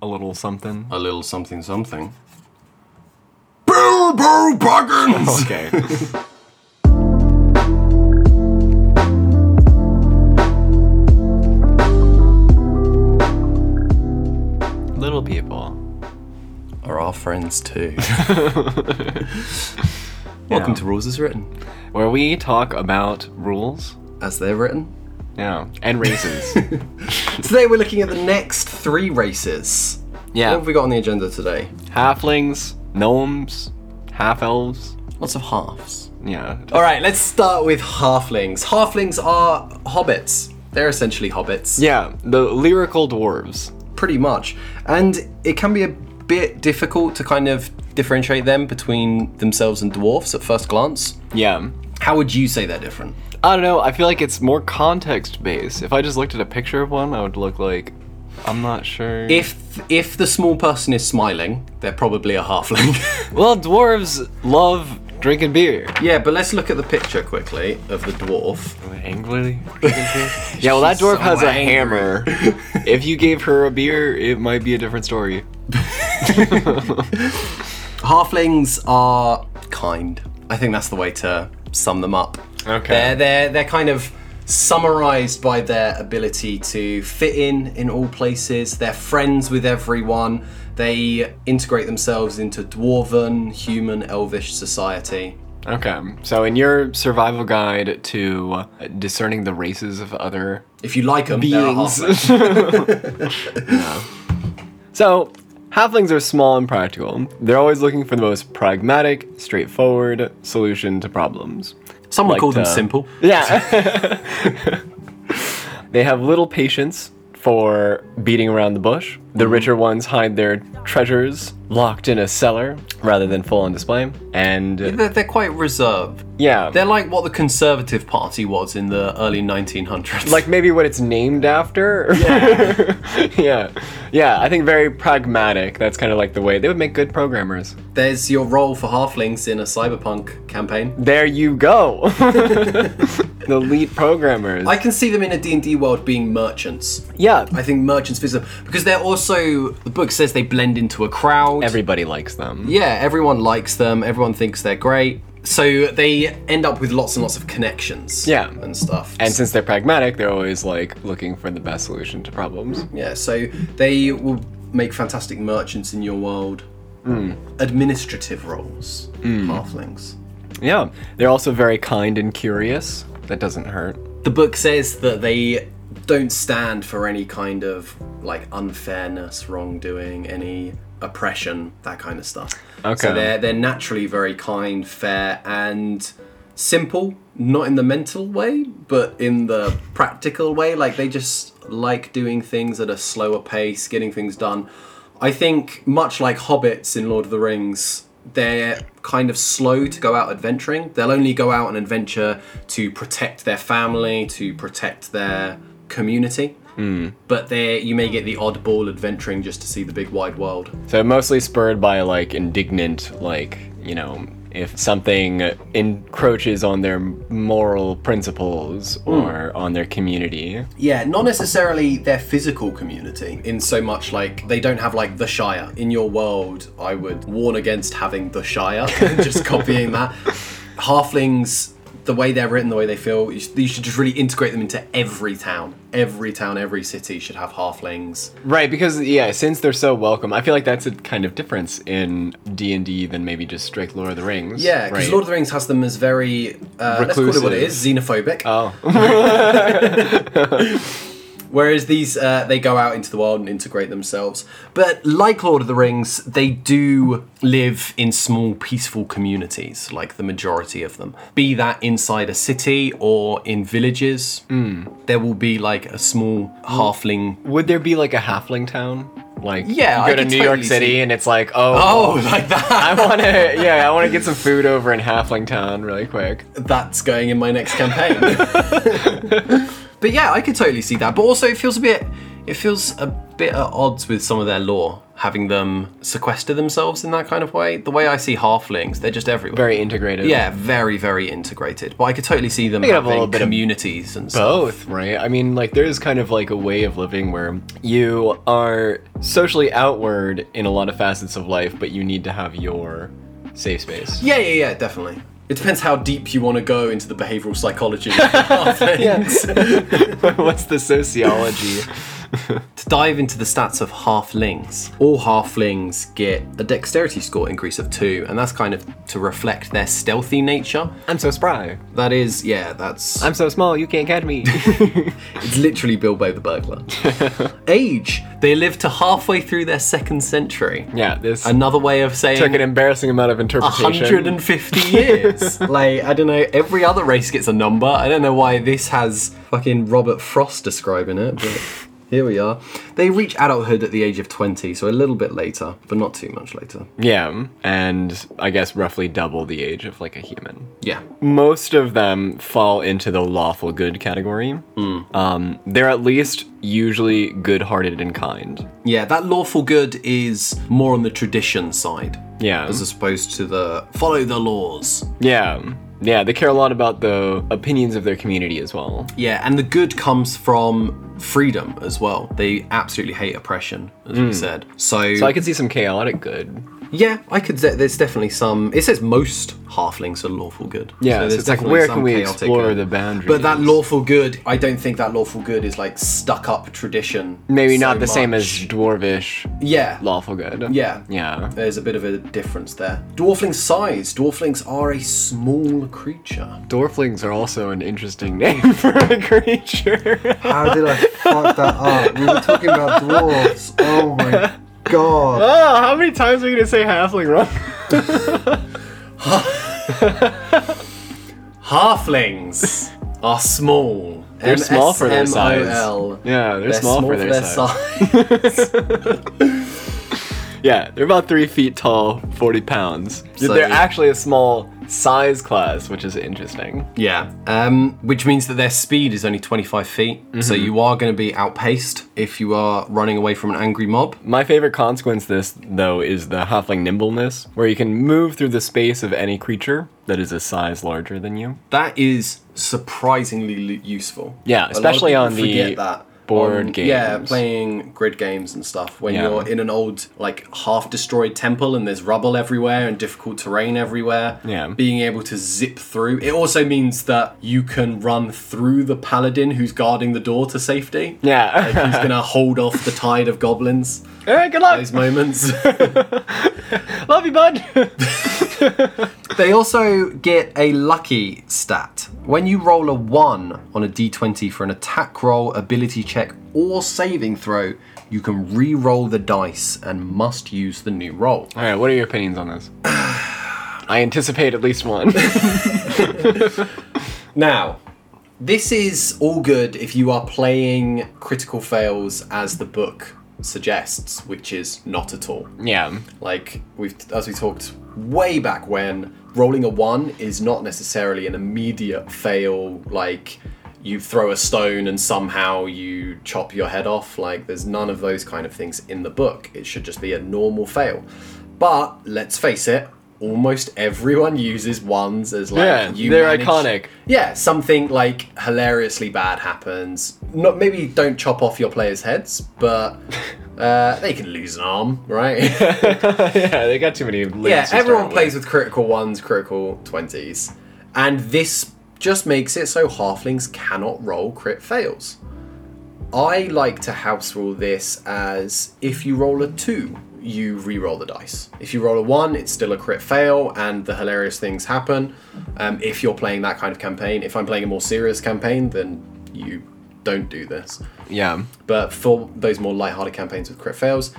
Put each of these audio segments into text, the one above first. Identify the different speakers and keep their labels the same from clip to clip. Speaker 1: a little something.
Speaker 2: a little something something. Bill Bo
Speaker 1: Okay.
Speaker 2: Buggins!
Speaker 1: little people.
Speaker 2: Are our friends too. Welcome
Speaker 1: Yeah.
Speaker 2: to Rules as Written.
Speaker 1: Where we talk about rules.
Speaker 2: As they're written.
Speaker 1: Yeah. And races.
Speaker 2: Today we're looking at the next three races. What
Speaker 1: yeah.
Speaker 2: have we got on the agenda today?
Speaker 1: Halflings, gnomes, half elves.
Speaker 2: Lots of halves.
Speaker 1: Yeah.
Speaker 2: Alright, let's start with halflings. Halflings are hobbits. They're essentially hobbits.
Speaker 1: Yeah. The lyrical dwarves.
Speaker 2: pretty much. And it can be a bit difficult to kind of differentiate them between themselves and dwarfs at first glance.
Speaker 1: Yeah.
Speaker 2: How would you say they're different?
Speaker 1: I don't know. I feel like it's more context based. If I just looked at a picture of one, I would look like, I'm not sure.
Speaker 2: If if the small person is smiling, they're probably a halfling.
Speaker 1: well, dwarves love drinking beer.
Speaker 2: yeah, but let's look at the picture quickly of the dwarf.
Speaker 1: Angrily drinking beer? yeah, well, that
Speaker 2: She's
Speaker 1: dwarf
Speaker 2: so
Speaker 1: has a
Speaker 2: angry.
Speaker 1: hammer. if you gave her a beer, it might be a different story.
Speaker 2: Halflings are kind. I think that's the way to sum them up.
Speaker 1: Okay.
Speaker 2: They're they're they're kind of summarized by their ability to fit in in all places. They're friends with everyone. They integrate themselves into dwarven, human, elvish society.
Speaker 1: Okay, so in your survival guide to uh, discerning the races of other
Speaker 2: If you like them,
Speaker 1: beings.
Speaker 2: they're a halfling.
Speaker 1: So, halflings are small and practical. They're always looking for the most pragmatic, straightforward solution to problems.
Speaker 2: Some would
Speaker 1: Like
Speaker 2: call them
Speaker 1: to-
Speaker 2: simple.
Speaker 1: Yeah. they have little patience for beating around the bush. The richer ones hide their treasures locked in a cellar rather than full on display. And
Speaker 2: They're, they're quite reserved.
Speaker 1: yeah,
Speaker 2: They're like what the Conservative Party was in the early 1900s.
Speaker 1: like maybe what it's named after. Yeah. yeah. Yeah, I think very pragmatic. That's kind of like the way they would make good programmers.
Speaker 2: there's your role for halflings in a cyberpunk campaign.
Speaker 1: There you go. the lead programmers.
Speaker 2: I can see them in a D&D world being merchants.
Speaker 1: yeah,
Speaker 2: I think merchants visit because they're also the book says they blend into a crowd.
Speaker 1: everybody likes them.
Speaker 2: yeah, everyone likes them. Everyone thinks they're great. So they end up with lots and lots of connections.
Speaker 1: Yeah.
Speaker 2: and stuff.
Speaker 1: And since they're pragmatic, they're always like looking for the best solution to problems.
Speaker 2: yeah, so they will make fantastic merchants in your world.
Speaker 1: Hmm.
Speaker 2: Administrative roles, halflings.
Speaker 1: Yeah. They're also very kind and curious. That doesn't hurt.
Speaker 2: The book says that they don't stand for any kind of like unfairness, wrongdoing, any oppression, that kind of stuff.
Speaker 1: Okay.
Speaker 2: So they're they're naturally very kind, fair, and simple. Not in the mental way, but in the practical way. Like they just like doing things at a slower pace, getting things done. I think much like hobbits in Lord of the Rings, they're kind of slow to go out adventuring. They'll only go out and adventure to protect their family, to protect their community. But there, you may get the oddball adventuring just to see the big wide world.
Speaker 1: So mostly spurred by like indignant, like, you know, if something encroaches on their moral principles
Speaker 2: Hmm.
Speaker 1: or on their community.
Speaker 2: Yeah, not necessarily their physical community, in so much like they don't have like the Shire. In your world, I would warn against having the Shire, just copying that. Halflings, the way they're written, the way they feel, you sh- you should just really integrate them into every town. Every town, every city should have halflings.
Speaker 1: Right, because yeah, since they're so welcome, I feel like that's a kind of difference in D and D than maybe just strict Lord of the Rings.
Speaker 2: Yeah, because
Speaker 1: right?
Speaker 2: Lord of the Rings has them as very, uh, let's call it what it is, xenophobic.
Speaker 1: Oh,
Speaker 2: Whereas these, uh, they go out into the world and integrate themselves. But like Lord of the Rings, they do live in small, peaceful communities, like the majority of them. Be that inside a city or in villages,
Speaker 1: Hmm.
Speaker 2: there will be like a small halfling.
Speaker 1: would there be like a halfling town? Like
Speaker 2: Yeah, I
Speaker 1: you go to
Speaker 2: could
Speaker 1: New York
Speaker 2: totally
Speaker 1: City
Speaker 2: see-
Speaker 1: and it's like oh,
Speaker 2: Oh, like that!
Speaker 1: I want to yeah, I want to get some food over in Halfling Town really quick.
Speaker 2: That's going in my next campaign. but yeah, I could totally see that. But also, it feels a bit, it feels a bit at odds with some of their lore. having them sequester themselves in that kind of way. The way I see halflings, they're just everywhere.
Speaker 1: Very integrated.
Speaker 2: yeah, very very integrated. But I could totally see them
Speaker 1: They could have a
Speaker 2: having
Speaker 1: little bit of
Speaker 2: communities and stuff.
Speaker 1: both, right? I mean, like, there is kind of like a way of living where you are socially outward in a lot of facets of life, but you need to have your safe space.
Speaker 2: Yeah, yeah, yeah, definitely. It depends how deep you want to go into the behavioral psychology. of halflings.
Speaker 1: What's the sociology?
Speaker 2: To dive into the stats of halflings, all halflings get a dexterity score increase of two, and that's kind of to reflect their stealthy nature.
Speaker 1: I'm so spry.
Speaker 2: That is, yeah, that's
Speaker 1: I'm so small, you can't catch me.
Speaker 2: it's literally Bilbo the burglar. Age, they live to halfway through their second century.
Speaker 1: yeah, this
Speaker 2: Another way of saying
Speaker 1: took an embarrassing amount of interpretation.
Speaker 2: 150 years. like, I don't know, every other race gets a number. I don't know why this has fucking Robert Frost describing it, but here we are. They reach adulthood at the age of 20, so a little bit later, but not too much later.
Speaker 1: yeah, and I guess roughly double the age of like a human.
Speaker 2: Yeah.
Speaker 1: most of them fall into the lawful good category. Um, they're at least usually good-hearted and kind.
Speaker 2: Yeah, that lawful good is more on the tradition side.
Speaker 1: Yeah,
Speaker 2: As opposed to the follow the laws.
Speaker 1: yeah, yeah. They care a lot about the opinions of their community as well.
Speaker 2: Yeah, and the good comes from freedom as well. They absolutely hate oppression, as we said. Hmm. So,
Speaker 1: So I could see some chaotic good.
Speaker 2: yeah, I could. say There's definitely some. It says most halflings are lawful good.
Speaker 1: Yeah, so
Speaker 2: there's
Speaker 1: it's like
Speaker 2: definitely
Speaker 1: where
Speaker 2: some
Speaker 1: can we
Speaker 2: chaotic
Speaker 1: explore
Speaker 2: good.
Speaker 1: the boundaries?
Speaker 2: But that lawful good, I don't think that lawful good is like stuck up tradition.
Speaker 1: maybe
Speaker 2: so
Speaker 1: not the same as
Speaker 2: much.
Speaker 1: dwarvish
Speaker 2: yeah,
Speaker 1: lawful good.
Speaker 2: yeah,
Speaker 1: yeah.
Speaker 2: There's a bit of a difference there. Dwarfling size. Dwarflings are a small creature.
Speaker 1: Dwarflings are also an interesting name for a creature.
Speaker 3: How did I fuck that up? We were talking about dwarves. Oh my god.
Speaker 1: oh, how many times are we gonna say halfling wrong?
Speaker 2: Halflings are small.
Speaker 1: They're small for their size.
Speaker 2: M-S-M-O-L.
Speaker 1: Yeah, they're, small, for their, size.
Speaker 2: size.
Speaker 1: Yeah, they're about three feet tall, 40 pounds.
Speaker 2: So-
Speaker 1: they're actually a small size class, which is interesting.
Speaker 2: yeah, um, which means that their speed is only 25 feet. So
Speaker 1: Mm-hmm.
Speaker 2: you are going to be outpaced if you are running away from an angry mob.
Speaker 1: My favorite consequence this, though, is the halfling nimbleness, where you can move through the space of any creature that is a size larger than you.
Speaker 2: That is surprisingly l- useful.
Speaker 1: Yeah,
Speaker 2: A lot of
Speaker 1: especially
Speaker 2: people
Speaker 1: on the
Speaker 2: forget that.
Speaker 1: board
Speaker 2: On- Yeah,
Speaker 1: games.
Speaker 2: playing grid games and stuff. When
Speaker 1: Yeah.
Speaker 2: you're in an old, like, half destroyed temple and there's rubble everywhere and difficult terrain everywhere,
Speaker 1: Yeah.
Speaker 2: being able to zip through. It also means that you can run through the paladin who's guarding the door to safety.
Speaker 1: Yeah.
Speaker 2: He's gonna hold off the tide of goblins.
Speaker 1: All right, good luck.
Speaker 2: Those moments.
Speaker 1: Love you, bud.
Speaker 2: they also get a lucky stat. When you roll a 1 on a d20 for an attack roll, ability check, or saving throw, you can re roll the dice and must use the new roll.
Speaker 1: All right, what are your opinions on this? I anticipate at least one.
Speaker 2: Now, this is all good if you are playing critical fails as the book suggests, which is not at all.
Speaker 1: yeah.
Speaker 2: Like we've as we talked way back when, rolling a one is not necessarily an immediate fail. Like you throw a stone and somehow you chop your head off. Like there's none of those kind of things in the book. It should just be a normal fail. But let's face it, almost everyone uses ones as like
Speaker 1: Yeah,
Speaker 2: you
Speaker 1: they're
Speaker 2: manage-
Speaker 1: iconic.
Speaker 2: Yeah, something like hilariously bad happens. Not maybe don't chop off your players' heads, but uh, they can lose an arm, right?
Speaker 1: Yeah, they got too many limbs.
Speaker 2: yeah,
Speaker 1: to start
Speaker 2: everyone
Speaker 1: with.
Speaker 2: plays with critical ones, critical 20s. And this just makes it so halflings cannot roll crit fails. I like to house rule this as if you roll a 2, you re roll the dice. If you roll a 1, it's still a crit fail and the hilarious things happen. Um, if you're playing that kind of campaign, if I'm playing a more serious campaign, then you don't do this.
Speaker 1: Yeah.
Speaker 2: But for those more light-hearted campaigns with crit fails,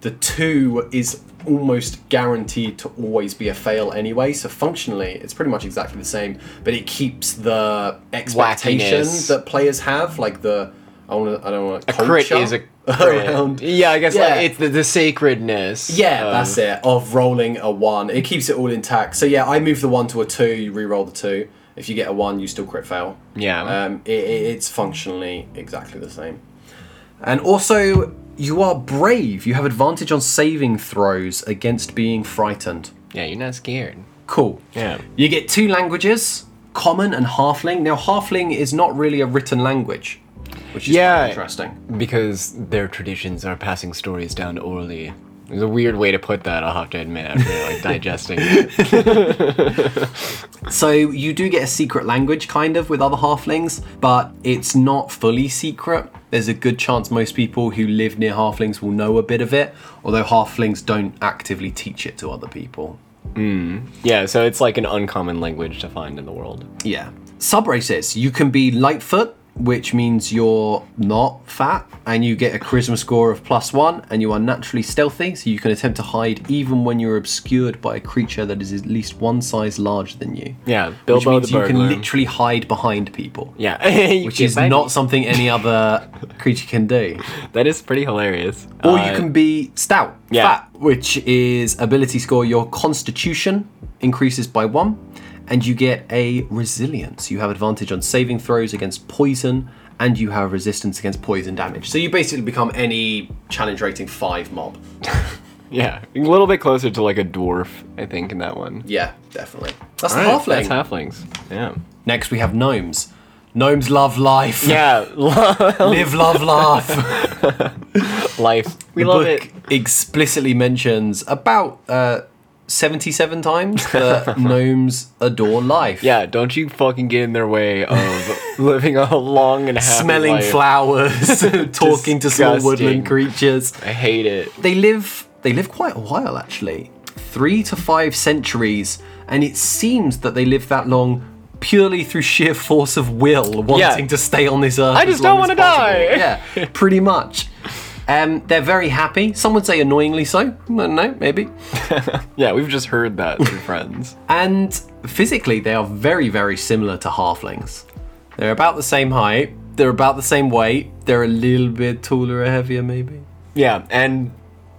Speaker 2: the two is almost guaranteed to always be a fail anyway. So functionally, it's pretty much exactly the same, but it keeps the expectation
Speaker 1: Wackiness.
Speaker 2: that players have, like the I want to, I don't want to.
Speaker 1: Crit is a crit.
Speaker 2: around.
Speaker 1: Yeah, Um, I guess
Speaker 2: Yeah.
Speaker 1: Like, it's the, the sacredness.
Speaker 2: Yeah,
Speaker 1: of-
Speaker 2: that's it. Of rolling a one, it keeps it all intact. So yeah, I move the one to a two. You re-roll the two. If you get a one, you still crit fail.
Speaker 1: Yeah.
Speaker 2: Um, it, it- it's functionally exactly the same. And also, you are brave. You have advantage on saving throws against being frightened.
Speaker 1: Yeah, you're not scared.
Speaker 2: Cool.
Speaker 1: Yeah.
Speaker 2: You get two languages, common and halfling. Now, halfling is not really a written language, which is
Speaker 1: Yeah.
Speaker 2: yeah. interesting.
Speaker 1: Because their traditions are passing stories down orally. There's a weird way to put that, I'll have to admit, after like digesting it.
Speaker 2: So, you do get a secret language kind of with other halflings, but it's not fully secret. There's a good chance most people who live near halflings will know a bit of it, although halflings don't actively teach it to other people.
Speaker 1: Yeah, so it's like an uncommon language to find in the world.
Speaker 2: Yeah. Sub races. You can be Lightfoot, which means you're not fat, and you get a charisma score of plus one, and you are naturally stealthy, so you can attempt to hide even when you're obscured by a creature that is at least one size larger than you.
Speaker 1: Yeah,
Speaker 2: Which
Speaker 1: Bilbo
Speaker 2: means
Speaker 1: the
Speaker 2: you can
Speaker 1: burglar.
Speaker 2: literally hide behind people.
Speaker 1: Yeah, You
Speaker 2: Which
Speaker 1: get
Speaker 2: is
Speaker 1: back-
Speaker 2: not something any other creature can do.
Speaker 1: That is pretty hilarious.
Speaker 2: Or
Speaker 1: Uh,
Speaker 2: you can be stout,
Speaker 1: yeah.
Speaker 2: fat, which is ability score. Your constitution increases by one, and you get a resilience. You have advantage on saving throws against poison, and you have resistance against poison damage. So you basically become any challenge rating five mob.
Speaker 1: Yeah, a little bit closer to like a dwarf, I think, in that one.
Speaker 2: Yeah, definitely. That's the
Speaker 1: Alright,
Speaker 2: halfling.
Speaker 1: That's halflings. Yeah.
Speaker 2: Next, we have gnomes. Gnomes love life.
Speaker 1: Yeah,
Speaker 2: Live, love, laugh.
Speaker 1: life. We
Speaker 2: the book explicitly mentions about uh, 77 times that gnomes adore life.
Speaker 1: Yeah, don't you fucking get in their way of living a long and happy
Speaker 2: Smelling
Speaker 1: life.
Speaker 2: flowers, talking to small
Speaker 1: Disgusting.
Speaker 2: woodland creatures.
Speaker 1: I hate it.
Speaker 2: They live they live quite a while actually. 3 to 5 centuries and it seems that they live that long purely through sheer force of will wanting to stay on this earth.
Speaker 1: I just
Speaker 2: as long
Speaker 1: don't
Speaker 2: as
Speaker 1: wanna
Speaker 2: possible.
Speaker 1: die.
Speaker 2: Yeah, pretty much. Um, they're very happy. Some would say annoyingly so. I don't know, maybe.
Speaker 1: Yeah, we've just heard that through friends.
Speaker 2: And physically, they are very, very similar to halflings. They're about the same height, they're about the same weight, they're a little bit taller or heavier, maybe.
Speaker 1: Yeah, and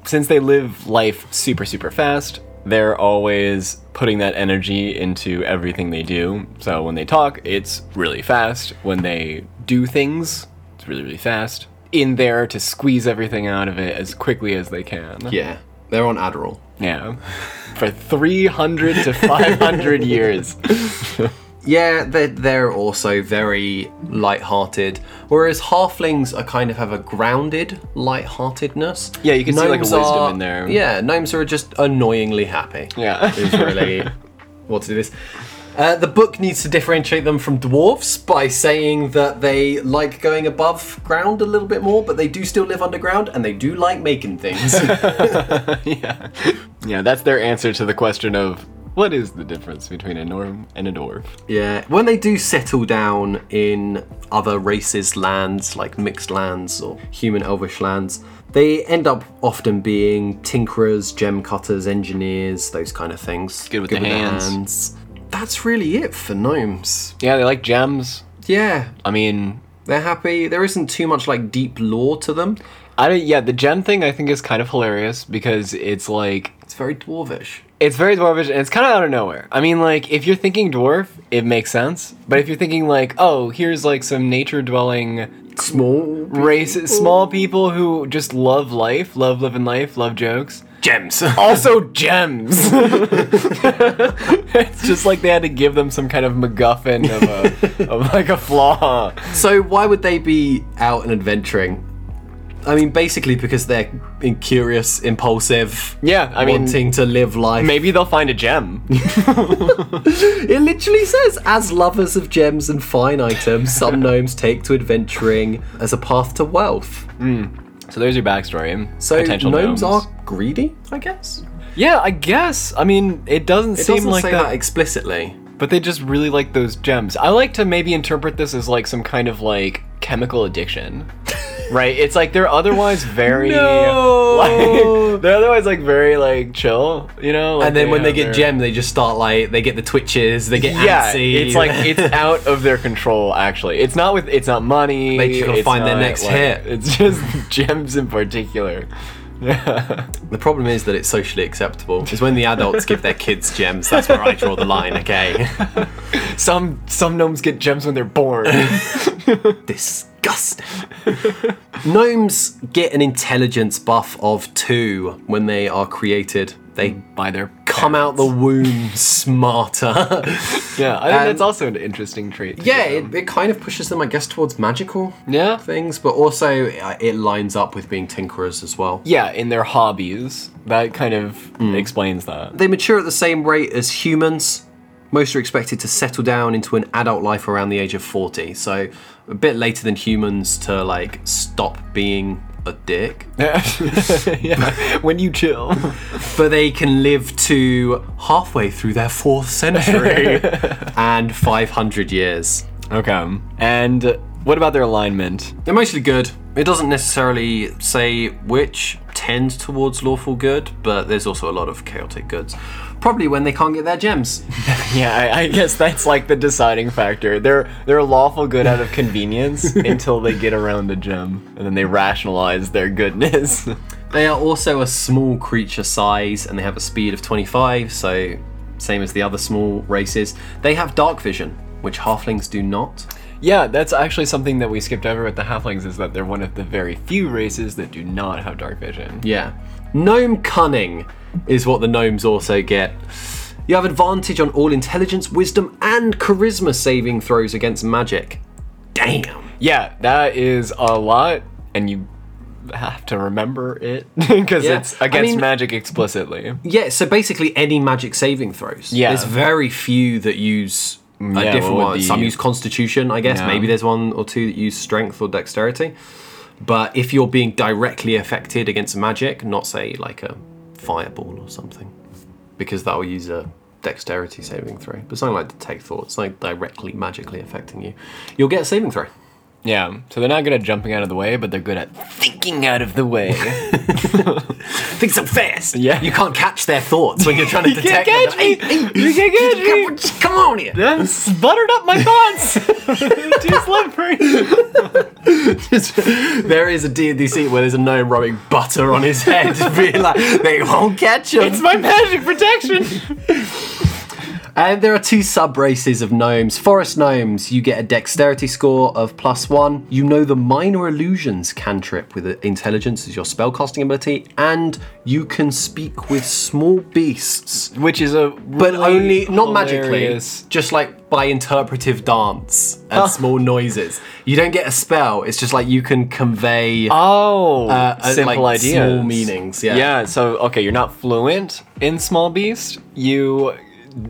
Speaker 1: since they live life super, super fast, they're always putting that energy into everything they do. So when they talk, it's really fast. When they do things, it's really, really fast. In there to squeeze everything out of it as quickly as they can.
Speaker 2: Yeah, they're on Adderall.
Speaker 1: Yeah. For 300 to 500 years.
Speaker 2: Yeah, they're, they're also very light-hearted, whereas halflings are kind of have a grounded light-heartedness.
Speaker 1: Yeah, you can see, like, a wisdom
Speaker 2: are-
Speaker 1: in there.
Speaker 2: Yeah, gnomes are just annoyingly happy.
Speaker 1: Yeah.
Speaker 2: is really what to do this. Uh, the book needs to differentiate them from dwarves by saying that they like going above ground a little bit more, but they do still live underground and they do like making things.
Speaker 1: yeah. Yeah, that's their answer to the question of what is the difference between a norm and a dwarf?
Speaker 2: yeah, when they do settle down in other races' lands, like mixed lands or human elvish lands, they end up often being tinkerers, gem cutters, engineers, those kind of things.
Speaker 1: Good with the hands.
Speaker 2: hands. That's really it for gnomes.
Speaker 1: Yeah, they like gems.
Speaker 2: Yeah,
Speaker 1: I mean,
Speaker 2: They're happy. There isn't too much like deep lore to them.
Speaker 1: I don't, yeah, the gem thing I think is kind of hilarious because it's like,
Speaker 2: It's very dwarvish.
Speaker 1: it's very dwarvish and it's kind of out of nowhere. I mean, like, if you're thinking dwarf, it makes sense. But if you're thinking, like, oh, here's like some nature dwelling
Speaker 2: Small
Speaker 1: race, small people who just love life, love living life, love jokes.
Speaker 2: gems.
Speaker 1: also gems. it's just like they had to give them some kind of MacGuffin of a of like a flaw.
Speaker 2: so why would they be out and adventuring? I mean, basically because they're in- curious, impulsive.
Speaker 1: Yeah, I mean,
Speaker 2: wanting to live life.
Speaker 1: maybe they'll find a gem.
Speaker 2: It literally says, as lovers of gems and fine items, some gnomes take to adventuring as a path to wealth.
Speaker 1: so there's your backstory.
Speaker 2: So
Speaker 1: Potential
Speaker 2: gnomes, are greedy, I guess.
Speaker 1: Yeah, I guess. I mean, it doesn't
Speaker 2: It
Speaker 1: seem
Speaker 2: doesn't
Speaker 1: like
Speaker 2: say
Speaker 1: that,
Speaker 2: that explicitly.
Speaker 1: but they just really like those gems. I like to maybe interpret this as like some kind of like chemical addiction. Right, it's like they're otherwise very,
Speaker 2: No.
Speaker 1: like, they're otherwise like very like chill, you know. Like
Speaker 2: And then when they
Speaker 1: have
Speaker 2: get
Speaker 1: their-
Speaker 2: gem, they just start like they get the twitches, they get
Speaker 1: yeah,
Speaker 2: antsy.
Speaker 1: it's like it's out of their control. Actually, it's not with it's not money.
Speaker 2: They just gotta
Speaker 1: it's
Speaker 2: find their
Speaker 1: not,
Speaker 2: next
Speaker 1: like-
Speaker 2: hit.
Speaker 1: It's just gems in particular. Yeah,
Speaker 2: the problem is that it's socially acceptable. Is when the adults give their kids gems. That's where I draw the line. Okay,
Speaker 1: some some gnomes get gems when they're born.
Speaker 2: disgusting. disgusting. Gnomes get an intelligence buff of two when they are created. They
Speaker 1: by their
Speaker 2: come out the womb smarter.
Speaker 1: Yeah, I think
Speaker 2: Um,
Speaker 1: that's also an interesting trait. to
Speaker 2: yeah,
Speaker 1: give
Speaker 2: it, it kind of pushes them, I guess, towards magical
Speaker 1: them. yeah,
Speaker 2: things, but also uh, it lines up with being tinkerers as well.
Speaker 1: yeah. In their hobbies, that kind of explains that.
Speaker 2: They mature at the same rate as humans. Most are expected to settle down into an adult life around the age of 40, so a bit later than humans to like stop being a dick.
Speaker 1: yeah, when you chill.
Speaker 2: But they can live to halfway through their fourth century and 500 years.
Speaker 1: Okay. And what about their alignment?
Speaker 2: They're mostly good. It doesn't necessarily say which tend towards lawful good, but there's also a lot of chaotic goods. Probably when they can't get their gems.
Speaker 1: Yeah, I, I guess that's like the deciding factor. They're they're lawful good out of convenience until they get around the gem, and then they rationalize their goodness.
Speaker 2: They are also a small creature size and they have a speed of 25, so same as the other small races. They have dark vision, which halflings do not.
Speaker 1: yeah, that's actually something that we skipped over with the halflings is that they're one of the very few races that do not have dark vision.
Speaker 2: Yeah. Gnome cunning is what the gnomes also get. You have advantage on all intelligence, wisdom, and charisma saving throws against magic. Damn.
Speaker 1: Yeah, that is a lot, and you have to remember it because
Speaker 2: Yeah,
Speaker 1: it's
Speaker 2: I
Speaker 1: against
Speaker 2: mean-
Speaker 1: magic explicitly.
Speaker 2: Yeah, so basically any magic saving throws.
Speaker 1: Yeah.
Speaker 2: There's very few that use a different
Speaker 1: what would
Speaker 2: one.
Speaker 1: be-
Speaker 2: Some use constitution, I guess.
Speaker 1: Yeah.
Speaker 2: Maybe there's one or two that use strength or dexterity. But if you're being directly affected against magic, not say like a fireball or something, because that will use a dexterity saving throw. But something like detect thoughts, like directly magically affecting you, you'll get a saving throw.
Speaker 1: Yeah, so they're not good at jumping out of the way, but they're good at thinking out of the way.
Speaker 2: Think so fast.
Speaker 1: Yeah.
Speaker 2: You can't catch their thoughts when you're trying to
Speaker 1: can't
Speaker 2: detect them.
Speaker 1: catch me. You can't catch me.
Speaker 2: come, come on here.
Speaker 1: That's buttered up my thoughts. Too slippery.
Speaker 2: There is a D&D scene where there's a gnome rubbing butter on his head, being like, they won't catch him.
Speaker 1: It's my magic protection.
Speaker 2: and there are two sub-races of gnomes. Forest gnomes, you get a dexterity score of plus one. You know the minor illusions cantrip with intelligence as your spellcasting ability, and you can speak with small beasts,
Speaker 1: Which is a
Speaker 2: but only, not magically, just like by interpretive dance and small noises. You don't get a spell, it's just like you can convey...
Speaker 1: Oh,
Speaker 2: uh,
Speaker 1: simple
Speaker 2: like,
Speaker 1: ideas,
Speaker 2: small meanings, yeah.
Speaker 1: Yeah. So okay, you're not fluent in small beast. You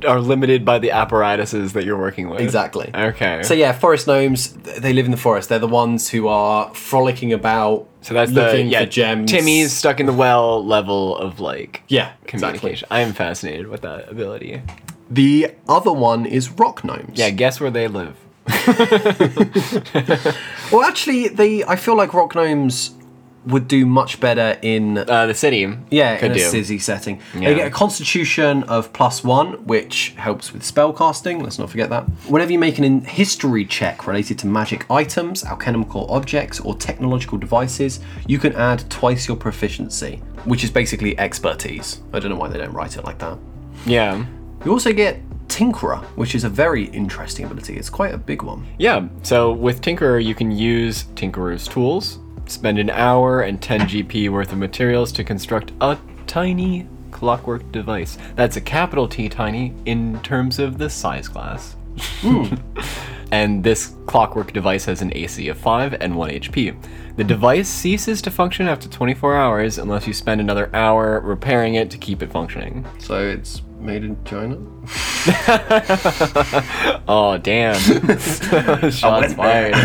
Speaker 1: are limited by the apparatuses that you're working with.
Speaker 2: Exactly.
Speaker 1: Okay.
Speaker 2: So yeah, forest gnomes. th- They live in the forest. They're the ones who are frolicking about.
Speaker 1: So that's the
Speaker 2: looking
Speaker 1: yeah,
Speaker 2: for gems.
Speaker 1: Timmy's stuck in the well level of like
Speaker 2: Yeah,
Speaker 1: communication.
Speaker 2: exactly.
Speaker 1: I am fascinated with that ability.
Speaker 2: The other one is rock gnomes.
Speaker 1: Yeah, guess where they live.
Speaker 2: Well, actually, they. I feel like rock gnomes would do much better in
Speaker 1: Uh, the city.
Speaker 2: yeah
Speaker 1: could
Speaker 2: in a
Speaker 1: do.
Speaker 2: sizzy setting.
Speaker 1: Yeah.
Speaker 2: They get a constitution of plus one, which helps with spell casting. Let's not forget that. Whenever you make an in- history check related to magic items, alchemical objects, or technological devices, you can add twice your proficiency, which is basically expertise. I don't know why they don't write it like that.
Speaker 1: Yeah.
Speaker 2: You also get Tinkerer, which is a very interesting ability. It's quite a big one.
Speaker 1: Yeah. So with Tinkerer, you can use Tinkerer's tools, spend an hour and 10 GP worth of materials to construct a tiny clockwork device. That's a capital T tiny in terms of the size class. and this clockwork device has an AC of 5 and 1 HP. The device ceases to function after 24 hours unless you spend another hour repairing it to keep it functioning.
Speaker 2: So it's made in China.
Speaker 1: Oh damn! Shots
Speaker 2: that's
Speaker 1: fired.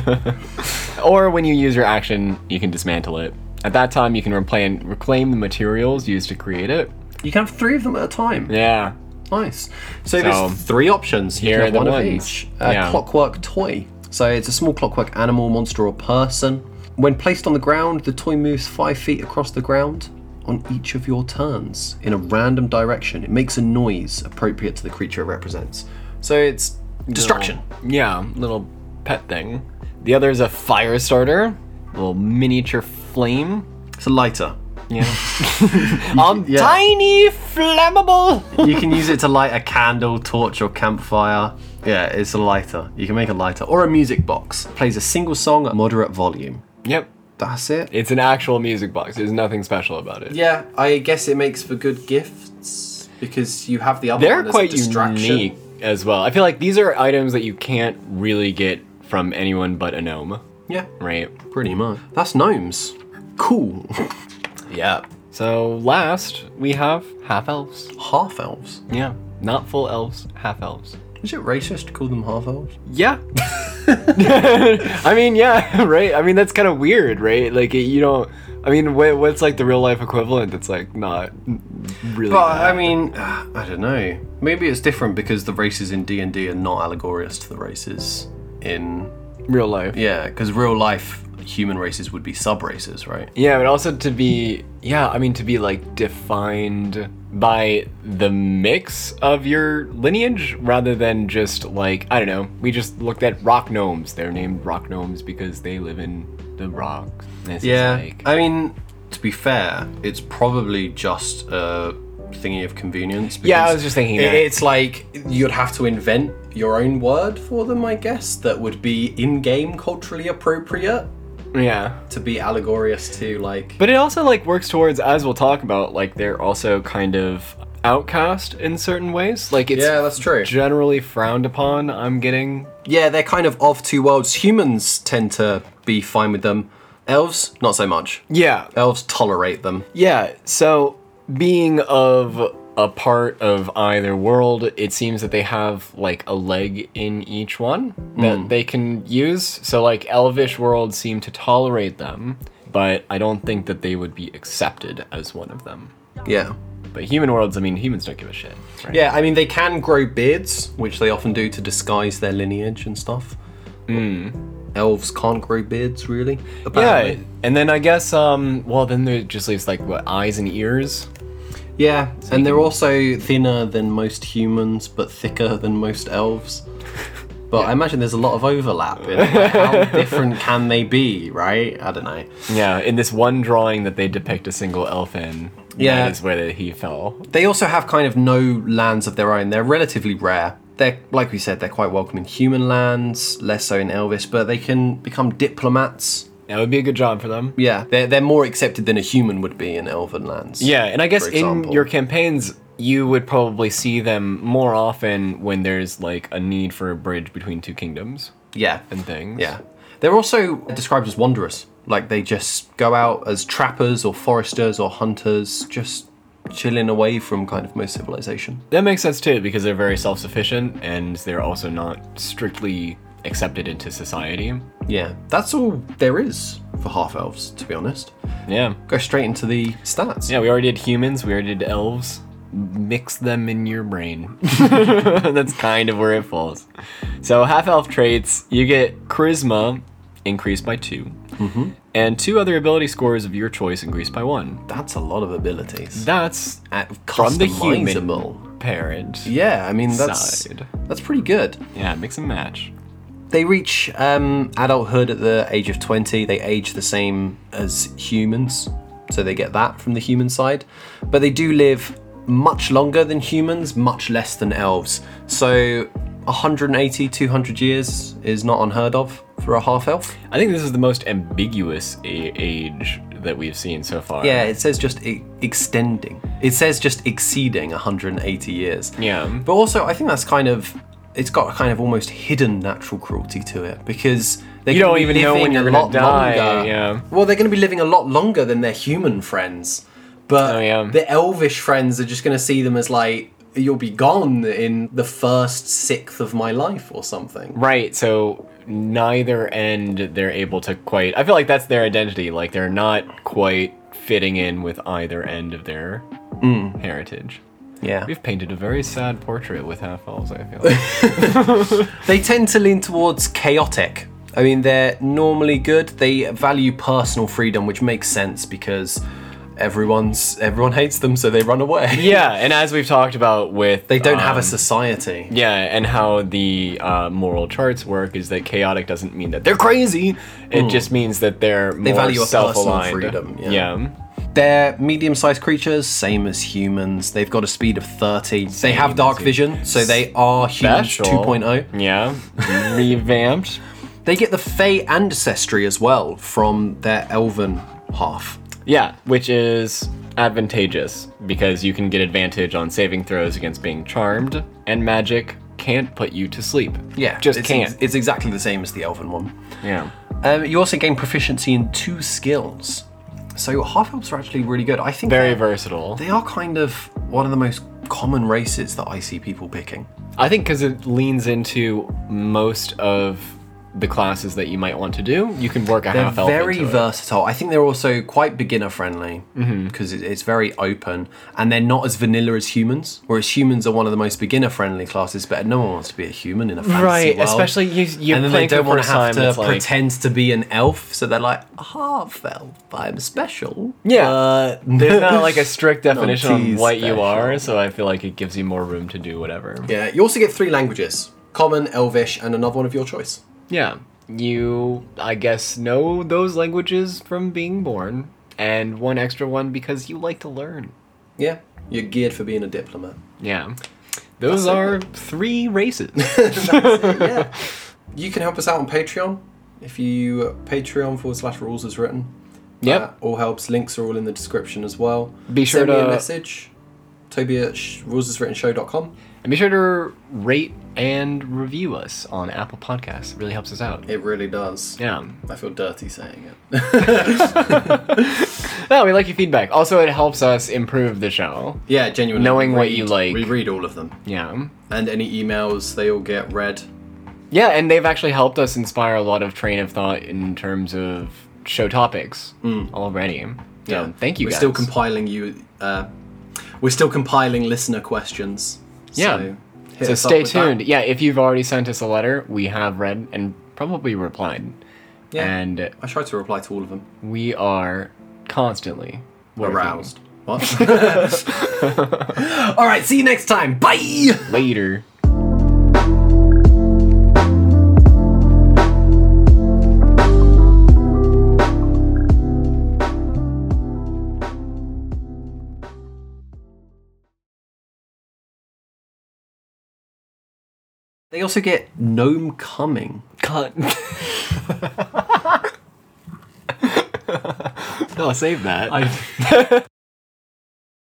Speaker 1: or when you use your action, you can dismantle it. At that time, you can reclaim reclaim the materials used to create it.
Speaker 2: You can have three of them at a time.
Speaker 1: Yeah.
Speaker 2: Nice. So,
Speaker 1: So,
Speaker 2: there's three options. You
Speaker 1: here
Speaker 2: can
Speaker 1: are
Speaker 2: have
Speaker 1: the
Speaker 2: one of
Speaker 1: ones.
Speaker 2: each. A
Speaker 1: Yeah.
Speaker 2: clockwork toy. So it's a small clockwork animal, monster, or person. When placed on the ground, the toy moves five feet across the ground on each of your turns in a random direction. It makes a noise appropriate to the creature it represents. So it's destruction.
Speaker 1: Yeah. Little pet thing. The other is a fire starter, little miniature flame.
Speaker 2: It's a lighter.
Speaker 1: Yeah. I'm tiny, flammable.
Speaker 2: You can use it to light a candle, torch, or campfire. Yeah, it's a lighter. You can make a lighter or a music box. Plays a single song at moderate volume.
Speaker 1: Yep.
Speaker 2: That's it.
Speaker 1: It's an actual music box. There's nothing special about it.
Speaker 2: Yeah, I guess it makes for good gifts because you have the other
Speaker 1: They're
Speaker 2: one as
Speaker 1: quite
Speaker 2: a distraction.
Speaker 1: unique as well. I feel like these are items that you can't really get from anyone but a gnome,
Speaker 2: Yeah,
Speaker 1: right?
Speaker 2: pretty much. That's gnomes. Cool.
Speaker 1: Yeah. So last we have half elves.
Speaker 2: half elves.
Speaker 1: Yeah. Not full elves, half elves.
Speaker 2: Is it racist to call them half elves?
Speaker 1: Yeah. I mean, yeah, right. I mean, that's kind of weird, right? Like, it, you don't. I mean, wha- what's like the real life equivalent that's like not really.
Speaker 2: But
Speaker 1: that?
Speaker 2: I mean, I don't know. Maybe it's different because the races in D and D are not allegorious to the races in
Speaker 1: real life.
Speaker 2: yeah. Because real life human races would be sub races, right?
Speaker 1: Yeah, but also to be, yeah, I mean, to be like defined by the mix of your lineage rather than just like, I don't know, we just looked at rock gnomes. They're named rock gnomes because they live in the rocks. This is
Speaker 2: Yeah.
Speaker 1: like-
Speaker 2: I mean, to be fair, it's probably just a thingy of convenience. Because
Speaker 1: Yeah, I was just thinking
Speaker 2: it-
Speaker 1: that.
Speaker 2: It's like you'd have to invent your own word for them, I guess, that would be in game culturally appropriate
Speaker 1: yeah.
Speaker 2: to be allegorious to, like.
Speaker 1: But it also like works towards, as we'll talk about, like they're also kind of outcast in certain ways. Like it's
Speaker 2: yeah, that's true.
Speaker 1: generally frowned upon. I'm getting
Speaker 2: Yeah, they're kind of of two worlds. Humans tend to be fine with them, elves, not so much.
Speaker 1: yeah,
Speaker 2: Elves tolerate them.
Speaker 1: yeah. So being of a part of either world, it seems that they have like a leg in each one that they can use. So like elvish worlds seem to tolerate them, but I don't think that they would be accepted as one of them.
Speaker 2: Yeah.
Speaker 1: But human worlds, I mean, humans don't give a shit. Right?
Speaker 2: Yeah, I mean, they can grow beards, which they often do to disguise their lineage and stuff. Elves can't grow beards, really.
Speaker 1: Yeah,
Speaker 2: Apparently.
Speaker 1: and then I guess um well then there just leaves like what eyes and ears.
Speaker 2: Yeah, and they're also thinner than most humans, but thicker than most elves. But I imagine there's a lot of overlap. In like, how different can they be, right? I don't know.
Speaker 1: Yeah, in this one drawing that they depict a single elf in,
Speaker 2: Yeah.
Speaker 1: that is where he fell.
Speaker 2: They also have kind of no lands of their own. They're relatively rare. They're, like we said, they're quite welcome in human lands, less so in Elvis, but they can become diplomats.
Speaker 1: That would be a good job for them.
Speaker 2: Yeah, they're, they're more accepted than a human would be in elven lands.
Speaker 1: Yeah, and I guess
Speaker 2: For
Speaker 1: in
Speaker 2: example.
Speaker 1: your campaigns you would probably see them more often when there's like a need for a bridge between two kingdoms
Speaker 2: Yeah.
Speaker 1: and things.
Speaker 2: Yeah. They're also described as wanderers. Like they just go out as trappers or foresters or hunters, just chilling away from kind of most civilization.
Speaker 1: That makes sense too, because they're very self sufficient and they're also not strictly accepted into society.
Speaker 2: Yeah, that's all there is for half elves, to be honest.
Speaker 1: Yeah.
Speaker 2: Go straight into the stats.
Speaker 1: Yeah, we already did humans, we already did elves. Mix them in your brain. That's kind of where it falls. So, half elf traits you get charisma increased by 2
Speaker 2: Mm-hmm.
Speaker 1: and two other ability scores of your choice increased by one.
Speaker 2: That's a lot of abilities.
Speaker 1: That's
Speaker 2: from
Speaker 1: the human.
Speaker 2: human.
Speaker 1: parent.
Speaker 2: Yeah, I mean that's
Speaker 1: Side.
Speaker 2: that's pretty good.
Speaker 1: Yeah, mix and match.
Speaker 2: They reach um, adulthood at the age of 20. They age the same as humans, so they get that from the human side. But they do live much longer than humans, much less than elves. So 180, 200 years is not unheard of for a half elf.
Speaker 1: I think this is the most ambiguous a- age that we've seen so far.
Speaker 2: Yeah, it says just e- extending. It says just exceeding 180 years.
Speaker 1: Yeah.
Speaker 2: But also, I think that's kind of. It's got a kind of almost hidden natural cruelty to it because they
Speaker 1: You
Speaker 2: could
Speaker 1: don't
Speaker 2: be
Speaker 1: even know
Speaker 2: living
Speaker 1: when you're
Speaker 2: a
Speaker 1: gonna
Speaker 2: lot
Speaker 1: die,
Speaker 2: Longer.
Speaker 1: yeah.
Speaker 2: Well, they're going to be living a lot longer than their human friends, but
Speaker 1: Oh, yeah.
Speaker 2: the elvish friends are just going to see them as like you'll be gone in the first sixth of my life or something.
Speaker 1: Right, so neither end they're able to quite. I feel like that's their identity. Like they're not quite fitting in with either end of their
Speaker 2: Mm.
Speaker 1: heritage.
Speaker 2: Yeah.
Speaker 1: We've painted a very sad portrait with half elves, I feel like.
Speaker 2: They tend to lean towards chaotic. I mean, they're normally good. They value personal freedom, which makes sense because everyone's everyone hates them, so they run away.
Speaker 1: yeah, and as we've talked about with.
Speaker 2: They don't have a
Speaker 1: um,
Speaker 2: society.
Speaker 1: Yeah, and how the uh, moral charts work is that chaotic doesn't mean that they're crazy. It just means that they're more
Speaker 2: Hmm. value a personal
Speaker 1: self-aligned.
Speaker 2: freedom, yeah.
Speaker 1: yeah.
Speaker 2: They're medium sized creatures, same as humans. They've got a speed of 30. they have
Speaker 1: as
Speaker 2: dark
Speaker 1: hum-
Speaker 2: vision, so they are human
Speaker 1: Special.
Speaker 2: 2.0.
Speaker 1: Yeah. Revamped.
Speaker 2: They get the Fey ancestry as well from their elven half.
Speaker 1: Yeah, which is advantageous because you can get advantage on saving throws against being charmed, and magic can't put you to sleep.
Speaker 2: Yeah,
Speaker 1: just
Speaker 2: it's
Speaker 1: can't.
Speaker 2: ex- it's exactly the same as the elven one.
Speaker 1: yeah,
Speaker 2: Um, you also gain proficiency in two skills. So half elves are actually really good. I think
Speaker 1: very
Speaker 2: they're-
Speaker 1: versatile.
Speaker 2: they are kind of one of the most common races that I see people picking.
Speaker 1: I think because it leans into most of the classes that you might want to do, you can work a
Speaker 2: They're
Speaker 1: half elf.
Speaker 2: very
Speaker 1: into it. Mm-hmm.
Speaker 2: versatile. I think they're also quite beginner friendly because it, it's very open and they're not as vanilla as humans. Whereas humans are one of the most beginner friendly classes, but no one wants to be a human in a fantasy
Speaker 1: Right,
Speaker 2: world.
Speaker 1: especially you, you're
Speaker 2: and then they
Speaker 1: playing for
Speaker 2: don't
Speaker 1: the
Speaker 2: want
Speaker 1: first
Speaker 2: to have
Speaker 1: time.
Speaker 2: to
Speaker 1: it's like,
Speaker 2: pretend to be an elf, so they're like half elf. I'm special.
Speaker 1: Yeah.
Speaker 2: but-
Speaker 1: there's not like a strict definition on
Speaker 2: tease
Speaker 1: what you
Speaker 2: special.
Speaker 1: are, so I feel like it gives you more room to do whatever.
Speaker 2: yeah. You also get three languages: common, elvish, and another one of your choice.
Speaker 1: Yeah. You, I guess, know those languages from being born, and one extra one because you like to learn.
Speaker 2: Yeah, you're geared for being a diplomat.
Speaker 1: Yeah. Those
Speaker 2: That's it.
Speaker 1: are three races.
Speaker 2: yeah. You can help us out on Patreon if you Patreon forward slash rules is written.
Speaker 1: Yep.
Speaker 2: That Uh, all helps. Links are all in the description as well.
Speaker 1: Be sure
Speaker 2: Send me
Speaker 1: to-
Speaker 2: a message. Toby at sh- rulesiswrittenshow.com.
Speaker 1: and be sure to rate and review us on Apple Podcasts. It really helps us out.
Speaker 2: It really does.
Speaker 1: Yeah.
Speaker 2: I feel dirty saying it.
Speaker 1: No, we like your feedback. Also, it helps us improve the show.
Speaker 2: yeah, genuinely.
Speaker 1: Knowing
Speaker 2: we
Speaker 1: what you
Speaker 2: read-
Speaker 1: like.
Speaker 2: We read all of them.
Speaker 1: Yeah.
Speaker 2: And any emails, they all get read.
Speaker 1: Yeah, and they've actually helped us inspire a lot of train of thought in terms of show topics already. So, thank you
Speaker 2: Mm. We're
Speaker 1: guys.
Speaker 2: still compiling you. Uh, we're still compiling listener questions.
Speaker 1: Yeah.
Speaker 2: So, hit
Speaker 1: So
Speaker 2: us up
Speaker 1: stay
Speaker 2: with that.
Speaker 1: tuned. Yeah, if you've already sent us a letter, we have read and probably replied.
Speaker 2: Yeah.
Speaker 1: And
Speaker 2: I try to reply to all of them.
Speaker 1: we are constantly working.
Speaker 2: aroused. What? All right, see you next time. Bye.
Speaker 1: Later.
Speaker 2: They also get gnome coming.
Speaker 1: Cut. no, save that.